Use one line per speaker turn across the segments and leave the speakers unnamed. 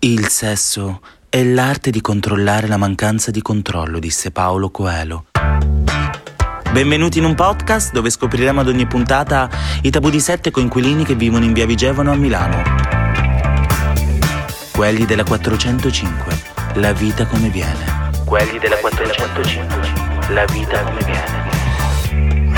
Il sesso è l'arte di controllare la mancanza di controllo, disse Paolo Coelho. Benvenuti in un podcast dove scopriremo ad ogni puntata i tabù di sette coinquilini che vivono in via Vigevano a Milano. Quelli della 405, la vita come viene. Quelli della 405, la vita come viene.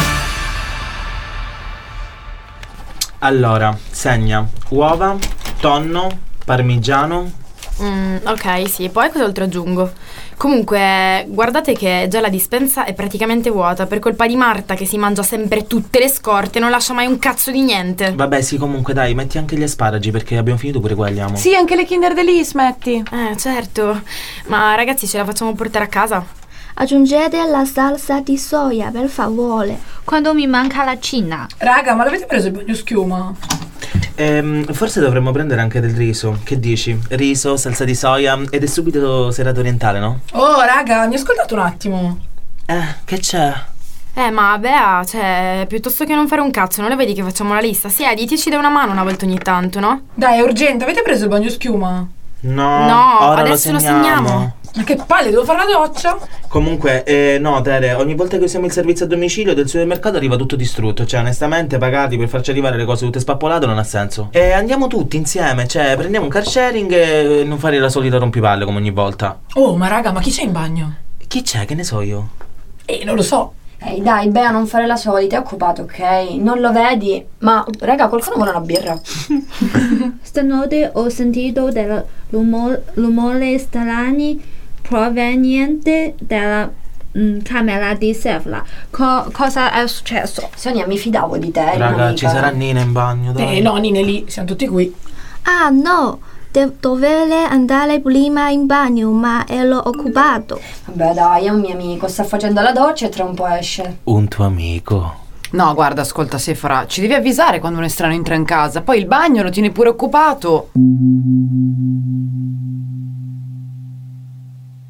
Allora, segna uova, tonno, parmigiano.
Mm, ok, sì, poi cos'altro aggiungo? Comunque, guardate che già la dispensa è praticamente vuota per colpa di Marta che si mangia sempre tutte le scorte e non lascia mai un cazzo di niente.
Vabbè, sì, comunque dai, metti anche gli asparagi perché abbiamo finito pure quelli, amo.
Sì, anche le Kinder Delice metti.
Eh, certo. Ma ragazzi, ce la facciamo portare a casa?
Aggiungete la salsa di soia, per favore.
Quando mi manca la cina.
Raga, ma l'avete preso il bagno schiuma?
Ehm, forse dovremmo prendere anche del riso. Che dici? Riso, salsa di soia ed è subito serata orientale, no?
Oh, raga, mi ascoltate un attimo.
Eh, che c'è?
Eh, ma Bea, cioè, piuttosto che non fare un cazzo, non le vedi che facciamo la lista? Siediti e ci dai una mano una volta ogni tanto, no?
Dai, è urgente, avete preso il bagno schiuma?
No,
No,
ora
adesso
lo
lo
segniamo.
segniamo.
Ma che palle, devo fare la doccia?
Comunque, eh, no, Tere, ogni volta che usiamo il servizio a domicilio del supermercato arriva tutto distrutto. Cioè, onestamente, pagati per farci arrivare le cose tutte spappolate non ha senso. E andiamo tutti insieme, cioè, prendiamo un car sharing e non fare la solita rompipalle come ogni volta.
Oh, ma raga, ma chi c'è in bagno?
Chi c'è? Che ne so io?
Eh, non lo so.
Ehi dai, Bea, non fare la solita, è occupato, ok? Non lo vedi? Ma, raga, qualcuno vuole una birra?
Stanotte ho sentito del rumo- rumore strani proveniente dalla mm, camera di Sefla. Co- cosa è successo?
Sonia, mi fidavo di te, eri
Raga,
un'amica.
ci sarà Nina in bagno, dai.
Eh, no, Nine lì, siamo tutti qui.
Ah no, de- dovere andare prima in bagno, ma ero occupato.
Vabbè, dai, è un mio amico, sta facendo la doccia e tra un po' esce.
Un tuo amico.
No, guarda, ascolta, Sefora, ci devi avvisare quando un estraneo entra in casa, poi il bagno lo tieni pure occupato.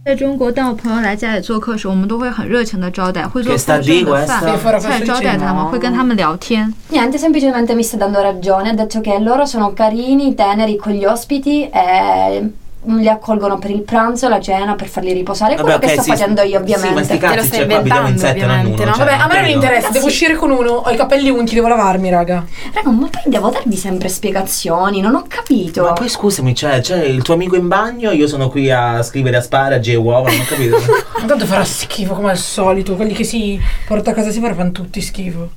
在中国，当我朋友来家里做客时，我们都会很热情的招待，会做
Che
丰
sta
盛
di
的饭
questa?
菜招待他们，会跟他们聊天。
Niente, semplicemente mi sta dando ragione, ha detto che loro sono carini, teneri con gli ospiti e mm, li accolgono per il pranzo, la cena, per farli riposare, quello che sto
sì,
facendo io, ovviamente.
Sì, ma sti
Te lo
cazzi,
stai
cioè, qua abitiamo in
inventando,
sette, non in uno.
ovviamente, no?
cioè,
Vabbè, a me non
credo.
interessa, devo uscire con uno, ho i capelli unti, devo lavarmi, raga.
Raga, ma poi devo darvi sempre spiegazioni, non ho capito.
Ma poi scusami, cioè, c'è il tuo amico in bagno, io sono qui a scrivere asparagi e uova, non ho capito.
Intanto farà schifo come al solito, quelli che si porta a casa si fanno tutti schifo.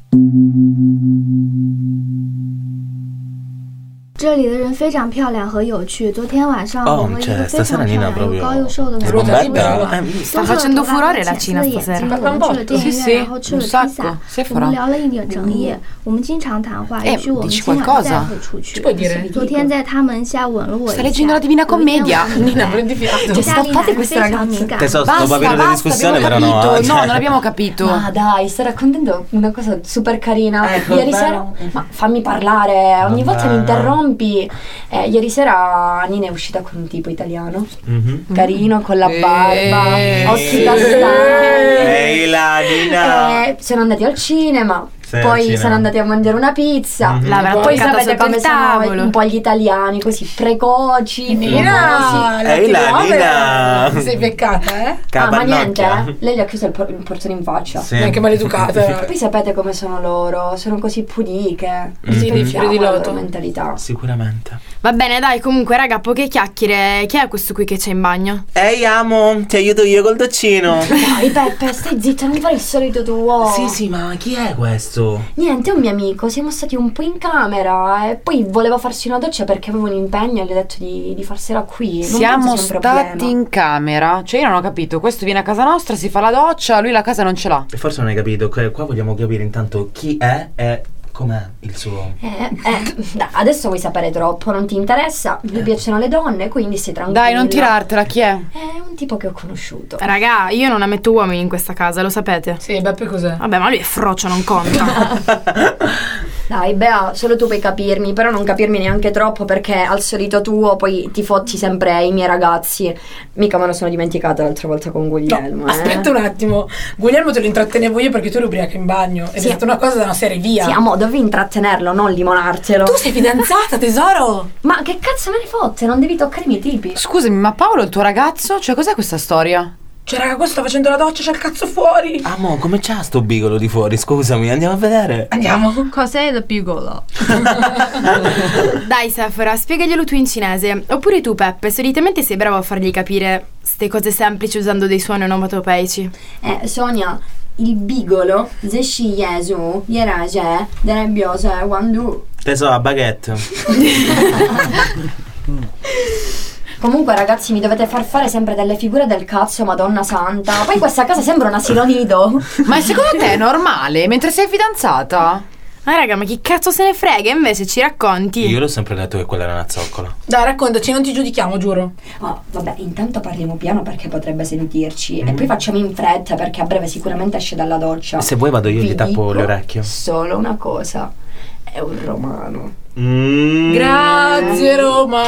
这里的人非常漂亮和有趣。昨天晚上我
Oh,
和一
cioè,
个非
stasera
常漂
Nina
亮又
proprio...
高又瘦的
è
男
bombetta.
生。
Eh,
搜
Sta
索
facendo
图
furore
拉的
la
浅色
Cina
的眼睛，
stasera.
我们去了电
Sì,
影院，
sì,
然后吃
un
了披萨
sacco.。
我们
Sefora.
聊了一整夜，我们经常谈话，
Eh,
于是我们
dici
今晚
qualcosa?
再会出去
Ci。puoi dire?
昨天在他们家吻了我
Sta
一
leggendo
下
la。Divina
有一天
Commedia.
晚上
Nina, prendi Ah, fiato.
意
Cioè,
大
sta-
利
fate questa
男人非常
ragazza.
敏感。
Tesoro, sto
Basta,
papiro della
basta,
discussione,
abbiamo
però no.
capito.
eh,
No,
cioè.
non abbiamo capito.
Ma dai, sto raccontando una cosa super carina.
Ecco,
ieri
bello.
sera. Ma fammi parlare, ogni
Vabbè.
volta mi interrompi. Eh, ieri sera Nina è uscita con un tipo italiano,
Mm.
Mhm.
carino, con la barba,
Eh.
occhi castani.
Ehi, la Nina.
Eh, sono andati al cinema.
Sì, al
poi
cinema.
sono andati a mangiare una pizza.
Mhm.
L'avrà
Poi
toccata
sapete
sotto
come
il
sono
tavolo.
un po' gli italiani, così precoci,
Nina,
famosi.
Ah, la
Ehi, la
ti muove?
Nina.
Ti Sei peccata, eh?
Ah, ma niente,
Capannocchia.
eh. lei gli ha chiuso il, por- il portone in faccia.
Sì.
Neanche maleducata.
Poi sapete come sono loro, sono così pudiche.
Mm.
Sì, dei
Rispettiamo
fiori di
la loro
loto.
mentalità.
Sicuramente.
Va bene, dai, comunque, raga, poche chiacchiere. Chi è questo qui che c'è in bagno?
Ehi, amo, ti aiuto io col doccino.
Dai Peppe, stai zitta, non fare il solito tuo.
Sì, sì, ma chi è questo?
Niente, è un mio amico, siamo stati un po' in camera e poi voleva farsi una doccia perché avevo un impegno e gli ho detto di, di farsela qui. Non
Siamo
penso sia un problema.
stati in camera, cioè io non ho capito, questo viene a casa nostra, si fa la doccia, lui la casa non ce l'ha.
Forse non hai capito, que- qua vogliamo capire intanto chi è e com'è il suo.
Eh, eh, dai, adesso vuoi sapere troppo, non ti interessa, mi piacciono le donne, quindi stai tranquilla.
Dai, non tirartela, chi è?
È un tipo che ho conosciuto.
Raga, io non ammetto uomini in questa casa, lo sapete?
Ah, Sì, Beppe cos'è?
Vabbè, ma lui è frocio, non conta.
Dai, Bea, solo tu puoi capirmi, però non capirmi neanche troppo perché al solito tuo poi ti fotti sempre i miei ragazzi. Mica me lo sono dimenticata l'altra volta con Guglielmo. eh.
Aspetta un attimo, Guglielmo te lo intrattenevo io perché tu eri ubriaca in bagno. Ed
Sì.
è stata una cosa da una serie via.
Sì, amo, dovevi intrattenerlo, non limonartelo.
Tu sei fidanzata, tesoro!
Ma che cazzo me ne fotte? Non devi toccare i miei tipi.
Scusami, ma Paolo, il tuo ragazzo? Cioè, cos'è questa storia?
Cioè, raga, questo sta facendo la doccia, c'è il cazzo fuori!
Amo, come c'ha sto bigolo di fuori? Scusami, andiamo a vedere.
Andiamo!
Cos'è il bigolo?
Dai, Sephora, spiegaglielo tu in cinese. Oppure tu, Peppe, solitamente sei bravo a fargli capire ste cose semplici usando dei suoni onomatopeici.
Eh, Sonia, il bigolo, Zeshi Yesu, Yerage, Denebiose, Wandu.
Tesoro, a baguette.
Comunque, ragazzi, mi dovete far fare sempre delle figure del cazzo, Madonna Santa. Poi questa casa sembra un asilo nido.
Ma secondo te è normale mentre sei fidanzata?
Ma raga, ma chi cazzo se ne frega? Invece ci racconti.
Io l'ho sempre detto che quella era una zoccola.
Dai, raccontaci, non ti giudichiamo, giuro.
Oh, vabbè, intanto parliamo piano perché potrebbe sentirci.
Mhm.
E poi facciamo in fretta perché a breve sicuramente esce dalla doccia.
Se vuoi vado io e
Vi
gli tappo
dico
le orecchie.
Solo una cosa. È un romano.
Mm.
Grazie, Roma!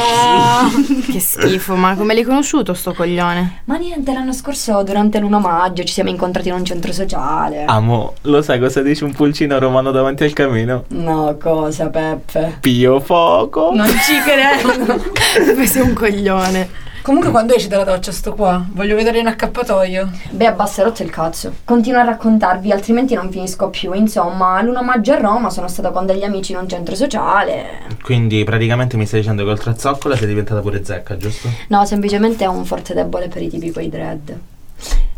Che schifo, ma come l'hai conosciuto sto coglione?
Ma niente, l'anno scorso durante l'1 maggio ci siamo incontrati in un centro sociale.
Amo, lo sai cosa dice un pulcino romano davanti al camino?
No, cosa, Peppe?
Pio fuoco.
Non ci credo.
Peppe sei un coglione.
Comunque, quando esci dalla doccia, sto qua. Voglio vedere in accappatoio.
Beh, basta, hai rotto il cazzo. Continuo a raccontarvi, altrimenti non finisco più. Insomma, l'1 maggio a Roma sono stata con degli amici in un centro sociale.
Quindi praticamente mi stai dicendo che oltre a zoccola sei diventata pure zecca, giusto?
No, semplicemente ho un forte debole per i tipi coi dread.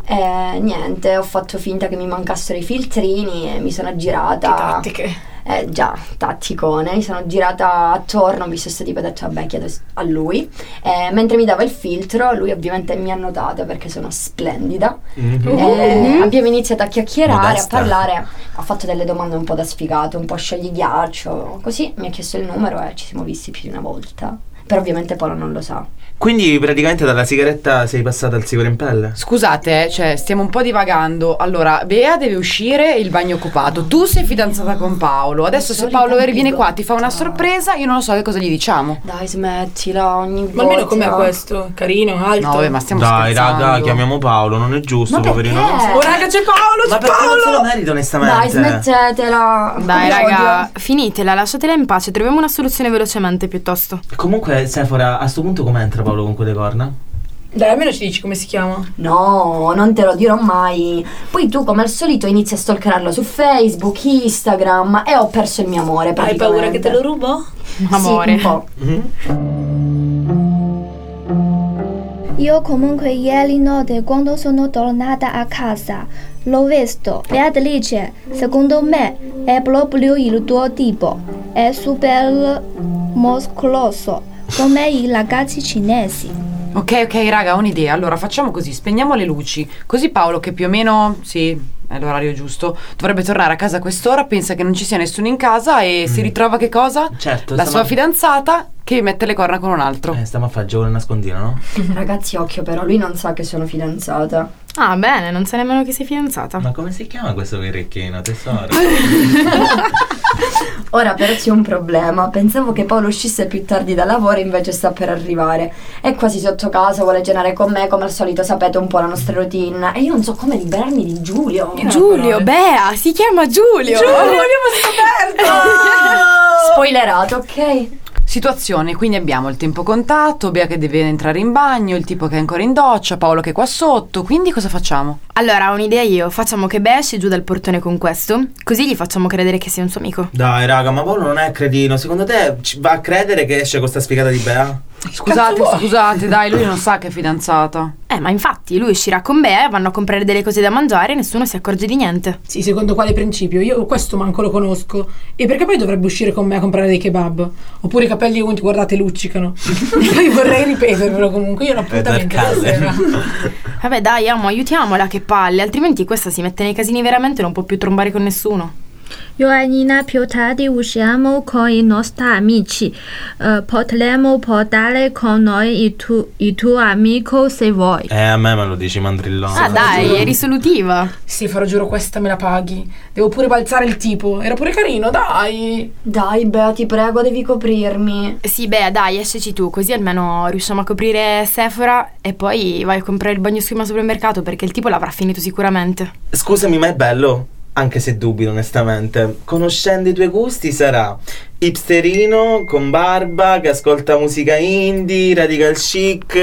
Eh, niente, ho fatto finta che mi mancassero i filtrini e mi sono
Che
girata.
tattiche.
Eh già, tatticone, mi sono girata attorno, ho visto sto tipo e ho detto vabbè chiedo s- a lui. Eh, mentre mi dava il filtro, lui ovviamente mi ha notata perché sono splendida. Eh, abbiamo iniziato a chiacchierare,
Modesta.
a parlare, ha fatto delle domande un po' da sfigato, un po' sciogli-ghiaccio, così mi ha chiesto il numero e ci siamo visti più di una volta. Però ovviamente Paolo non lo sa.
Quindi praticamente dalla sigaretta sei passata al sigaro in pelle?
Scusate, eh, cioè, stiamo un po' divagando. Allora, Bea deve uscire e il bagno è occupato. Tu sei fidanzata con Paolo. Adesso, se
Solita
Paolo viene qua,
bigotta.
ti fa
Ah.
una sorpresa, io non lo so che cosa gli diciamo.
Dai smettila ogni volta.
Ma almeno com'è questo? Carino, alto.
Certo.
No, vabbè, ma stiamo
Dai,
scherzando.
raga, chiamiamo Paolo, non è giusto,
Ma
poverino.
perché?
Oh, raga, c'è Paolo!
Ma
C'è
perché non se lo
Paolo!
merita
Dai
onestamente?
smettetela.
Dai,
Come
raga,
odio.
finitela, lasciatela in pace, troviamo una soluzione velocemente piuttosto.
Comunque, Sephora, a sto punto come entra Paolo con quelle corna?
Dai, almeno ci dici come si chiama.
No, non te lo dirò mai. Poi tu, come al solito, inizi a stalkerarlo su Facebook, Instagram e ho perso il mio amore.
Hai paura che te lo rubo?
Amore.
Sì, un po'.
Io comunque ieri notte quando sono tornata a casa l'ho visto. Beatrice, secondo me è proprio il tuo tipo. È super muscoloso, come i ragazzi cinesi.
Ok, ok, raga, ho un'idea. Allora, facciamo così: spegniamo le luci. Così Paolo, che più o meno, sì, è l'orario giusto, dovrebbe tornare a casa a quest'ora. Pensa che non ci sia nessuno in casa e
Mm.
si ritrova che cosa?
Certo,
La
stiamo-
sua fidanzata che mette le corna con un altro.
Eh, stiamo a fare il gioco del nascondino, no?
Ragazzi, occhio però, lui non sa che sono fidanzata.
Ah, bene, non sa nemmeno che sei fidanzata.
Ma come si chiama questo verrecchino, tesoro?
Ora però c'è un problema. Pensavo che Paolo uscisse più tardi da lavoro, invece sta per arrivare. È quasi sotto casa, vuole cenare con me, come al solito sapete un po' la nostra routine. E io non so come liberarmi di Giulio.
Eh,
Giulio,
parole.
Bea, si chiama Giulio.
Spoilerato, ok?
Situazione, quindi abbiamo il tempo contatto, Bea che deve entrare in bagno, il tipo che è ancora in doccia, Paolo che è qua sotto, quindi cosa facciamo?
Allora, ho un'idea io. Facciamo che Bea esci giù dal portone con questo, così gli facciamo credere che sia un suo amico.
Dai, raga, ma Paolo non è cretino. Secondo te ci va a credere che esce con sta sfigata di Bea?
Scusate, scusate, dai, lui non sa che è fidanzata.
Eh, ma infatti, lui uscirà con Bea, vanno a comprare delle cose da mangiare e nessuno si accorge di niente.
Sì, secondo quale principio? Io questo manco lo conosco. E perché poi dovrebbe uscire con me a comprare dei kebab? Oppure i capelli unti, guardate, luccicano. poi vorrei ripetervelo comunque. Io ho un appuntamento
Edward Cullen.
stasera.
Vabbè, dai, amo, aiutiamola, che palle, altrimenti questa si mette nei casini veramente e non può più trombare con nessuno.
Ioannina Piotati usiamo con i nostri amici. Eh, potremmo portare con noi il, tu- il tuo amico se vuoi.
Eh, a me me lo dici mandrillone.
Ah dai, è risolutiva.
Sì, farò giuro, questa me la paghi. Devo pure balzare il tipo. Era pure carino, dai.
Dai, Bea, ti prego, devi coprirmi.
Sì, beh, dai, esceci tu, così almeno riusciamo a coprire Sephora e poi vai a comprare il bagnoschiuma al supermercato perché il tipo l'avrà finito sicuramente.
Scusami, ma è bello? Anche se dubito, onestamente. Conoscendo i tuoi gusti, sarà hipsterino, con barba, che ascolta musica indie, radical chic,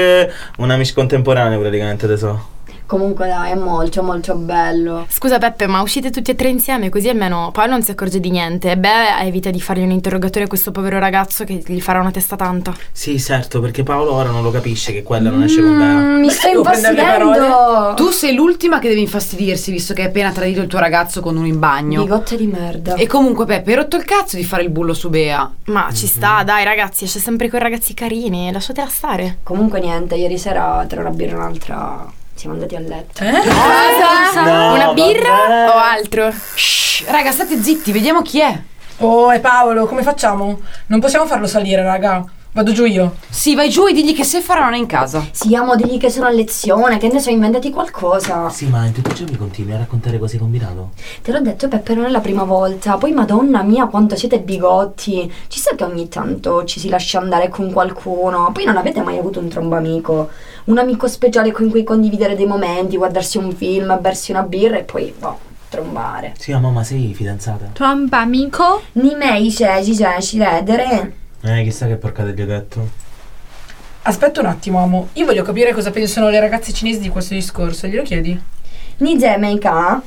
un amico contemporaneo praticamente, te so.
Comunque, dai, è molto, molto bello.
Scusa Peppe, ma uscite tutti e tre insieme così almeno Paolo non si accorge di niente. Beh, evita di fargli un interrogatorio a questo povero ragazzo che gli farà una testa tanta.
Sì, certo, perché Paolo ora non lo capisce che quella non esce con Bea.
Mi stai
Devo prendere le
infastidendo!
Tu sei l'ultima che deve infastidirsi visto che hai appena tradito il tuo ragazzo con uno in bagno.
Bigotte di merda.
E comunque Peppe, hai rotto il cazzo di fare il bullo su Bea.
Ma ci sta, dai ragazzi, esce sempre con ragazzi carini, lasciatela stare.
Comunque, niente, ieri sera tra una birra e un'altra siamo andati a letto.
Ah, Eh,
Cosa?
No,
una birra
Eh,
vabbè.
o altro?
Shh, raga, state zitti, vediamo chi è.
Oh, e Paolo, come facciamo? Non possiamo farlo salire, raga. Vado giù io.
Sì, vai giù e digli che Sephora non è in casa.
Sì, amo, digli che sono a lezione, che ne so, inventati qualcosa.
Sì, ma in tutti i giorni continui a raccontare cose combinato.
Te l'ho detto, Peppe, non è la prima volta. Poi, madonna mia, quanto siete bigotti. Ci sa che ogni tanto ci si lascia andare con qualcuno. Poi non avete mai avuto un trombo amico. Un amico speciale con cui condividere dei momenti, guardarsi un film, bersi una birra e poi, boh, trombare.
Sì, ma mamma, sei fidanzata?
Tuo amico?
Nimei, ceci, cioè, ceci, ledere.
Eh, chissà che porcate gli ho detto.
Aspetta un attimo, amo. Io voglio capire cosa pensano le ragazze cinesi di questo discorso. Glielo chiedi?
Nize, meika.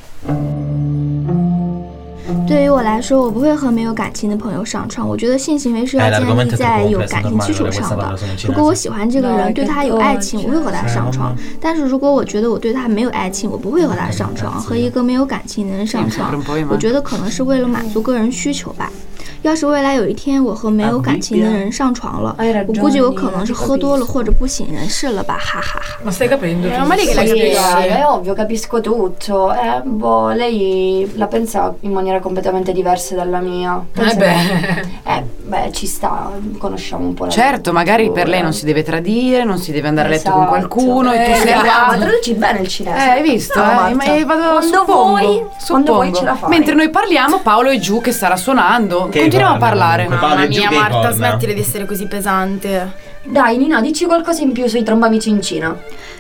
对于我来说，我不会和没有感情的朋友上床。我觉得性行为是
哎
要
来
建
了个问
立
题
在
可不
有
我们
感
来
情基
送
础
到马
上
路
的
上去。
如果我喜欢这个人，对他有爱情，我会和他
嗯
上床；但是如果我觉得我对他没有爱情，我不会和他
嗯
上床。和一个没有感情的人上
Sembra
床
un，poema.
我觉得可能是为了满足个人需求吧。要是未来有一天我和
啊
没有感情的人上床了
哎呀，
我估计我可能是喝多了或者不省人事了吧，哈哈哈。
Ma stai capendo?
Meno male che
Sì,
la
raga,
capisci.
è ovvio, capisco tutto. Eh, boh, lei la pensa in maniera completamente diversa dalla mia.
Eh
Pensa
beh.
che- eh, beh, ci sta, conosciamo un po' la
Certo, magari per lei non si deve tradire, non si deve andare a letto
Esatto.
con qualcuno e tu
eh,
sei
guarda,
là.
ma traduci bene il
Eh,
cinese.
hai visto?
No,
eh?
Marta.
Ma- eh, vado,
quando
suppongo,
vuoi, quando
suppongo.
vuoi ce la fai.
Mentre noi parliamo, Paolo è giù che starà suonando.
Che
Continuiamo a
corna,
parlare.
comunque. Paolo è
Mamma
giù
mia
che corna.
Marta, smettila di essere così pesante.
Dai, Nina, dici qualcosa in più sui trombamici in Cina.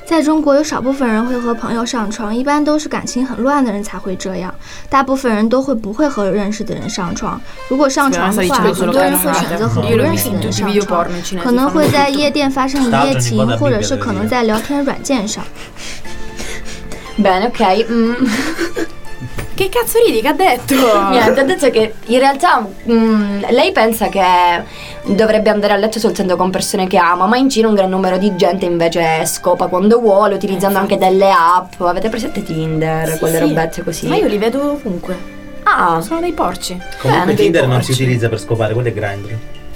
在中国，有少部分人会和朋友上床，一般都是感情很乱的人才会这样。大部分人都会不会和认识的人上床。如果上床
Speranza
的
dice
话，
che
很
solo
多人会选择
cazzate.
和不
Io l'ho
认识
visto
的
in
人
tutti i
上
video
床
porno in。cinese.
可能
fanno
会
tutto.
在夜店发生一
Stavo
夜
ogni
情
volta，
或者
bibita
是可
da
能
dire
在聊天软件上。
Bene, ok. mm.
Che cazzo ridi che ha detto?
Niente, ha detto che in realtà mm, lei pensa che dovrebbe andare a letto soltanto con persone che ama, ma in Cina un gran numero di gente invece scopa quando vuole, utilizzando anche delle app. Avete presente Tinder,
Sì,
quelle
sì.
robette così?
Ma io li vedo ovunque.
Ah,
Sono dei porci.
Comunque
Beh,
Tinder non
porci.
si utilizza per scopare, quello è Grindr.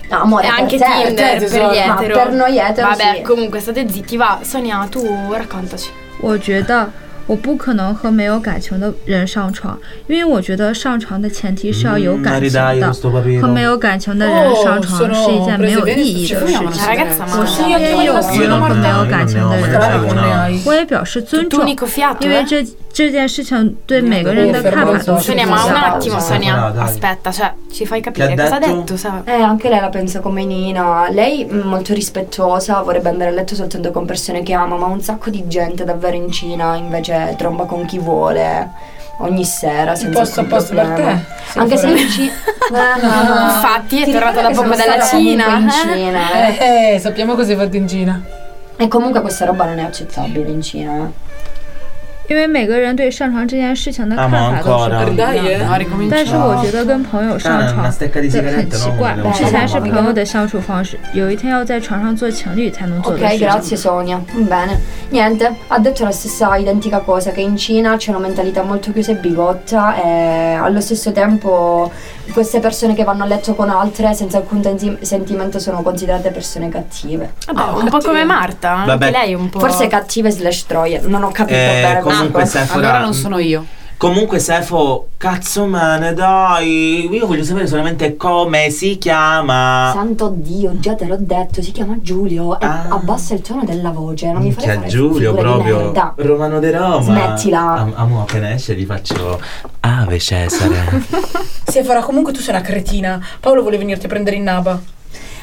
no, amore,
E
per
anche
te,
Tinder
per te,
per gli
certo, ma
etero.
per noi etero
Vabbè,
sì.
comunque state zitti, va. Sonia, tu raccontaci.
我觉得我不可能和没有感情的人上床，因为我觉得上床的前提是要有
Mm,
感
ridai
情的
questo，papiro
和没有感情的人上床是一件没有意义的事情。
La ragazza
Ma
ma
sì, anche io
io
sono
non
con
ne
Leo
ho,
Gaetano
io
del
non
Ah,
ne ho,
Roma.
io non ne ho.
我也表示尊重，
Tunico fiato.
因为
eh.
这这件事情对每个人的看法都是不一
Sonia, ma un
样的。
attimo,
Sonia,
Sonia,
dai.
aspetta, cioè, ci fai
Che
capire
ha
cosa ha
detto?
detto, sa?
Eh, anche lei la pensa come Nina. Lei mm, molto rispettosa, vorrebbe andare a letto soltanto con persone che ama, ma un sacco di gente davvero in Cina invece tromba con chi vuole ogni sera
Il
senza
posto
alcun
apposta per
problema.
te.
Anche se
Sephora.
in Cina. Eh, no, no.
Infatti, è
Ti
tornata da
ricordi che
poco
sono
dalla
stata
Cina,
comunque in
eh?
Cina, eh?
Eh, eh, sappiamo cosa hai fatto in Cina.
E comunque questa roba non è accettabile in Cina. eh.
因为每个人对上床这件事情的看法都是
Amore
不一
ancora.
样的。
eh. No,
但是
ricominciamo.
我觉得跟朋友上
Ah,
床
una stecca di
对很
sigarette,
奇
no?
怪
Volevo
对，
之
Ci
前
fare
是
siamo-
朋友的相处方式，有一天要在床上做情侣才能做的
Ok,
事情。
grazie Sonia. Bene. Niente, ha detto la stessa identica cosa, che in Cina c'è una mentalità molto chiusa e bigotta e allo stesso tempo queste persone che vanno a letto con altre senza alcun tensi- sentimento sono considerate persone cattive.
Vabbè, un po' come Marta, anche
Ah, Vabbè.
lei un po'.
Forse cattive slash troie, non ho capito
Eh,
bene.
comunque
questo.
Sephora
Allora non sono io.
Comunque, Sefo, cazzo mane, dai. Io voglio sapere solamente come si chiama.
Santo Dio, già te l'ho detto, si chiama Giulio. E abbassa il tono della voce, non mi fare
Ah. Minchia
fare
Giulio
figure di
proprio
merda.
Romano de Roma
Smettila.
Am- Amo appena esce gli faccio Ave Cesare
Se farà comunque tu sei una cretina. Paolo vuole venirti a prendere in naba.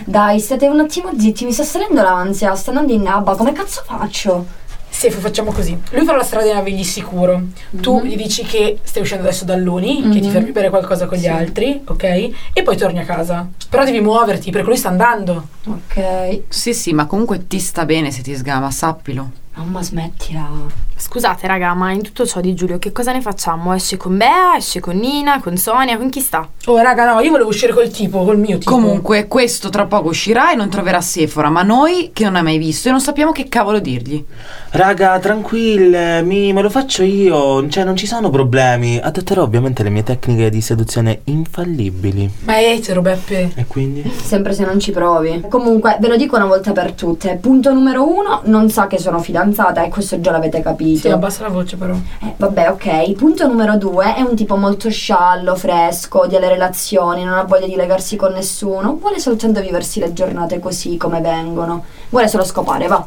Dai, state un attimo zitti, mi sta salendo l'ansia, sta andando in nabba, come cazzo faccio?
Se facciamo così, lui farà la strada dei navigli sicuro. Tu gli dici che stai uscendo adesso da Loni, che ti
Mhm.
fermi bere qualcosa con gli
Sì.
altri, ok? E poi torni a casa. Però devi muoverti perché lui sta andando.
Ok.
Sì, sì, ma comunque ti sta bene se ti sgama, sappilo.
Mamma, smettila.
Scusate, raga, ma in tutto ciò di Giulio che cosa ne facciamo? Esce con Bea, esce con Nina, con Sonia, con chi sta?
Oh, raga, no, io volevo uscire col tipo, col mio tipo.
Comunque, questo tra poco uscirà e non troverà Sephora, ma noi che non hai mai visto e non sappiamo che cavolo dirgli.
Raga tranquille mi, Me lo faccio io Cioè non ci sono problemi Adotterò ovviamente le mie tecniche di seduzione infallibili
Ma è etero, Beppe.
E quindi?
Sempre se non ci provi. Comunque, ve lo dico una volta per tutte. Punto numero uno, non sa che sono fidanzata e questo già l'avete
Sì,
capito.
abbassa la voce però.
Eh, vabbè, ok. Punto numero due, è un tipo molto sciallo, fresco, odia le relazioni, non ha voglia di legarsi con nessuno, vuole soltanto viversi le giornate così come vengono. Vuole solo scopare, va.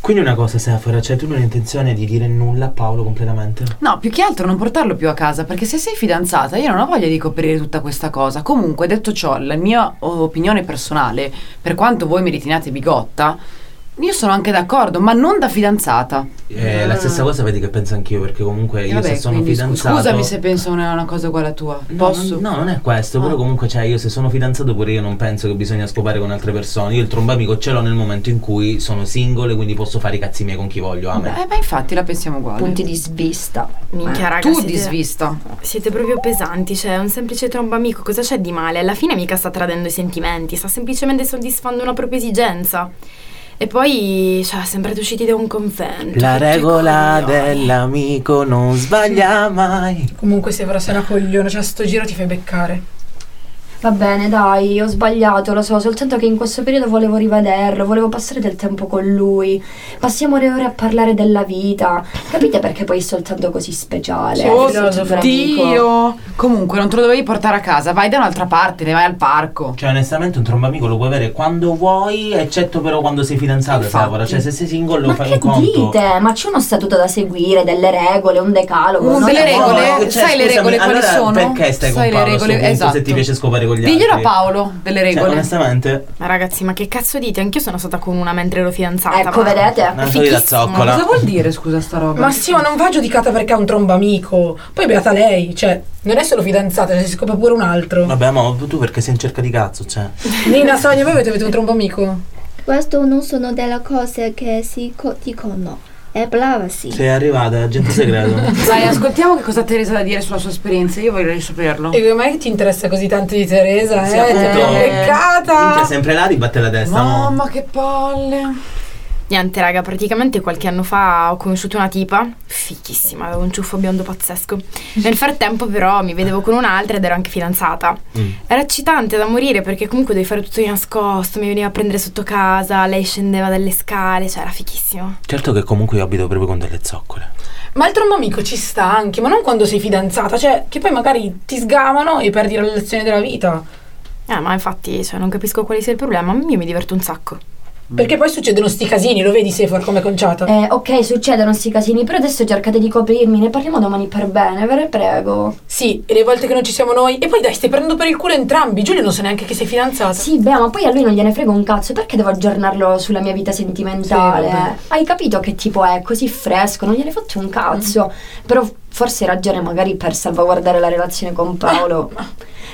Quindi una cosa Sefora Cioè tu non hai intenzione di dire nulla a Paolo completamente?
No, più che altro non portarlo più a casa, perché se sei fidanzata io non ho voglia di coprire tutta questa cosa. Comunque, detto ciò, la mia opinione personale, per quanto voi mi riteniate bigotta, io sono anche d'accordo, ma non da fidanzata.
Eh, La stessa cosa vedi che penso anch'io Perché comunque
E
io
Ah. vabbè,
se sono
quindi scu-
fidanzato
Scusami se penso una una cosa uguale a tua. Posso?
No, non è questo, però
Ah.
comunque cioè io se sono fidanzato pure io non penso che bisogna scopare con altre persone. Io il trombamico ce l'ho nel momento in cui sono single, quindi posso fare i cazzi miei con chi voglio, amen.
Eh, ma infatti la pensiamo uguale.
Punti di svista.
Minchia,
Eh,
raga,
tu
siete-
disvista.
Siete proprio pesanti, cioè un semplice tromba amico, cosa c'è di male? Alla fine mica sta tradendo i sentimenti, sta semplicemente soddisfando una propria esigenza. E poi, cioè, sembrate usciti da un convento.
La
tutti
regola
coglioni.
dell'amico non sbaglia mai.
Comunque se però sei una cogliona, cioè sto giro ti fai beccare.
Va bene, dai, ho sbagliato, lo so, soltanto che in questo periodo volevo rivederlo, volevo passare del tempo con lui. Passiamo le ore a parlare della vita. Capite perché poi è soltanto così speciale?
Oh,
È soltanto un amico. cioè,
Dio! Comunque, non te lo dovevi portare a casa, vai da un'altra parte, ne vai al parco.
Cioè, onestamente, un trombamico lo puoi avere quando vuoi, eccetto però quando sei fidanzato,
Infatti.
Savora. Cioè, se sei single lo
Ma
fai
che
un conto.
dite? Ma c'è uno statuto da seguire, delle regole, un decalogo?
Un
no?
delle
No.
regole?
no, cioè,
sai le
scusami,
regole quali
allora
sono?
perché stai con
sai
Paolo a
le
sto
regole,
punto, se
esatto.
ti piace scopare con gli
Diglielo a
altri?
Paolo delle
Cioè,
regole.
onestamente,
Ma ragazzi, ma che cazzo dite? Anch'io sono stata con una mentre ero fidanzata.
Ecco,
ma-
vedete?
una solita
fichissimo.
zoccola.
Cosa vuol dire, scusa, sta roba?
Ma sì, ma non va giudicata perché è un trombamico. Poi beata lei, cioè, non è solo fidanzata, cioè, si scopre pure un altro.
Vabbè, ma tu perché sei in cerca di cazzo, cioè.
Nina, Sonia, voi avete avete un trombamico?
Questo non sono delle cose che si co- dicono. È brava sì.
Sei arrivata, agente segreto.
Dai, ascoltiamo che cosa ha Teresa da dire sulla sua esperienza, io vorrei saperlo.
Eh,
E come mai ti interessa così tanto di Teresa?
Sì,
eh?
appunto.
Ti è
Minchia,
Beccata!
sempre là ribatte
Eh,
la testa. mo.
Mamma, che palle.
Niente, raga, praticamente qualche anno fa ho conosciuto una tipa, fichissima, aveva un ciuffo biondo pazzesco. Nel frattempo, però, mi vedevo con un'altra ed ero anche fidanzata.
Mm.
Era eccitante da morire perché comunque dovevi fare tutto di nascosto, mi veniva a prendere sotto casa, lei scendeva dalle scale, cioè era fichissimo.
Certo che comunque io abito proprio con delle zoccole.
Ma il trombamico ci sta anche, ma non quando sei fidanzata, cioè, che poi magari ti sgamano e perdi la relazione della vita.
Eh, ma infatti, cioè, non capisco quale sia il problema, ma io mi diverto un sacco.
Mm.
Perché poi succedono sti casini, lo vedi Sephora come è conciata?
Eh, ok, succedono sti casini, però adesso cercate di coprirmi, ne parliamo domani per bene, ve ne prego.
Sì, e le volte che non ci siamo noi. E poi dai, stai prendendo per il culo entrambi. Giulio non sa neanche che sei fidanzata.
Sì, beh, ma poi a lui non gliene frega un cazzo, perché devo aggiornarlo sulla mia vita sentimentale?
Sì, vabbè.
Hai capito che tipo è così fresco, non gliene fotte un cazzo. Però forse hai ragione magari per salvaguardare la relazione con Paolo.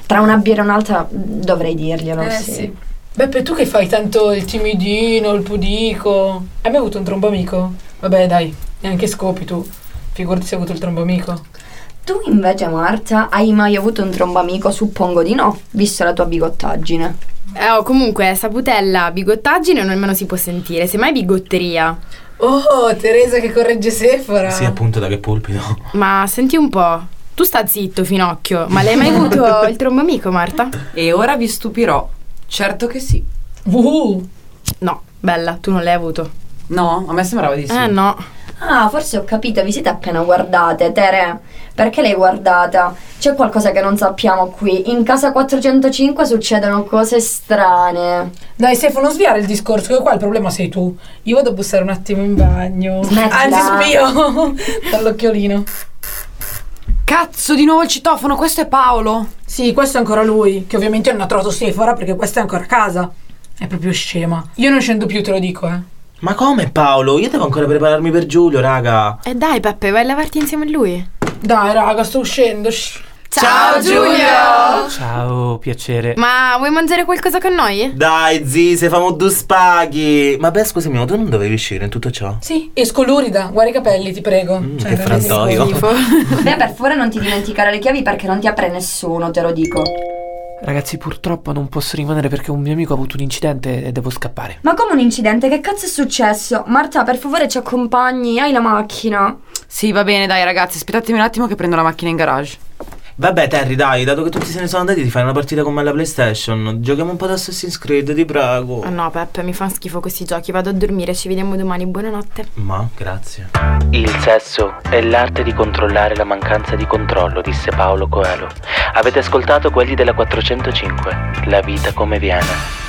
Tra una birra e un'altra dovrei dirglielo,
Eh,
sì.
Beppe, tu che fai tanto il timidino, il pudico? Hai mai avuto un trombamico? Vabbè, dai, neanche scopi tu. Figurati se hai avuto il trombamico.
Tu invece, Marta, hai mai avuto un trombamico? Suppongo di no, visto la tua bigottaggine.
Eh, oh, comunque, saputella, bigottaggine non nemmeno si può sentire, semmai bigotteria.
Oh, Teresa che corregge Sephora.
Sì, appunto, da che pulpito.
Ma senti un po'. Tu sta zitto, Finocchio, ma l'hai mai avuto il trombo amico, Marta?
E ora vi stupirò. Certo che sì.
Uh,
No, bella, tu non l'hai avuto.
No, a me sembrava di sì.
Eh no.
Ah, forse ho capito, vi siete appena guardate, Tere. Perché l'hai guardata? C'è qualcosa che non sappiamo qui. In casa 405 succedono cose strane.
Dai, Stefano, non sviare il discorso, che qua il problema sei tu. Io vado a bussare un attimo in bagno.
Smettila.
Anzi, spio dall'occhiolino.
Cazzo, di nuovo il citofono, questo è Paolo.
Sì, questo è ancora lui, che ovviamente non ha trovato Sephora perché questa è ancora a casa. È proprio scema. Io non scendo più, te lo dico, eh.
Ma come Paolo? Io devo ancora prepararmi per Giulio, raga.
E Eh, dai, Peppe, vai a lavarti insieme a lui.
Dai, raga, sto uscendo. shh.
Ciao, Giulio!
Ciao, piacere.
Ma vuoi mangiare qualcosa con noi?
Dai, zi, se famo due spaghi. Ma beh, scusami, ma tu non dovevi uscire in tutto ciò? Mm,
Sì, esco lurida, guarda i capelli, ti prego. Cioè,
che
veramente
frantoio.
schifo.
Beh, per favore non ti dimenticare le chiavi perché non ti apre nessuno, te lo dico.
Ragazzi, purtroppo non posso rimanere perché un mio amico ha avuto un incidente e devo scappare.
Ma come un incidente, che cazzo è successo? Marta, per favore ci accompagni, hai la macchina.
Sì, va bene, dai ragazzi, aspettatemi un attimo che prendo la macchina in garage.
Vabbè, Terry, dai, dato che tutti se ne sono andati, ti fai una partita con me alla PlayStation. Giochiamo un po' ad Assassin's Creed, ti prego.
Oh no, Peppe, mi fanno schifo questi giochi. Vado a dormire, ci vediamo domani. Buonanotte.
Ma, grazie.
Il sesso è l'arte di controllare la mancanza di controllo, disse Paolo Coelho. Avete ascoltato quelli della 405, La vita come viene.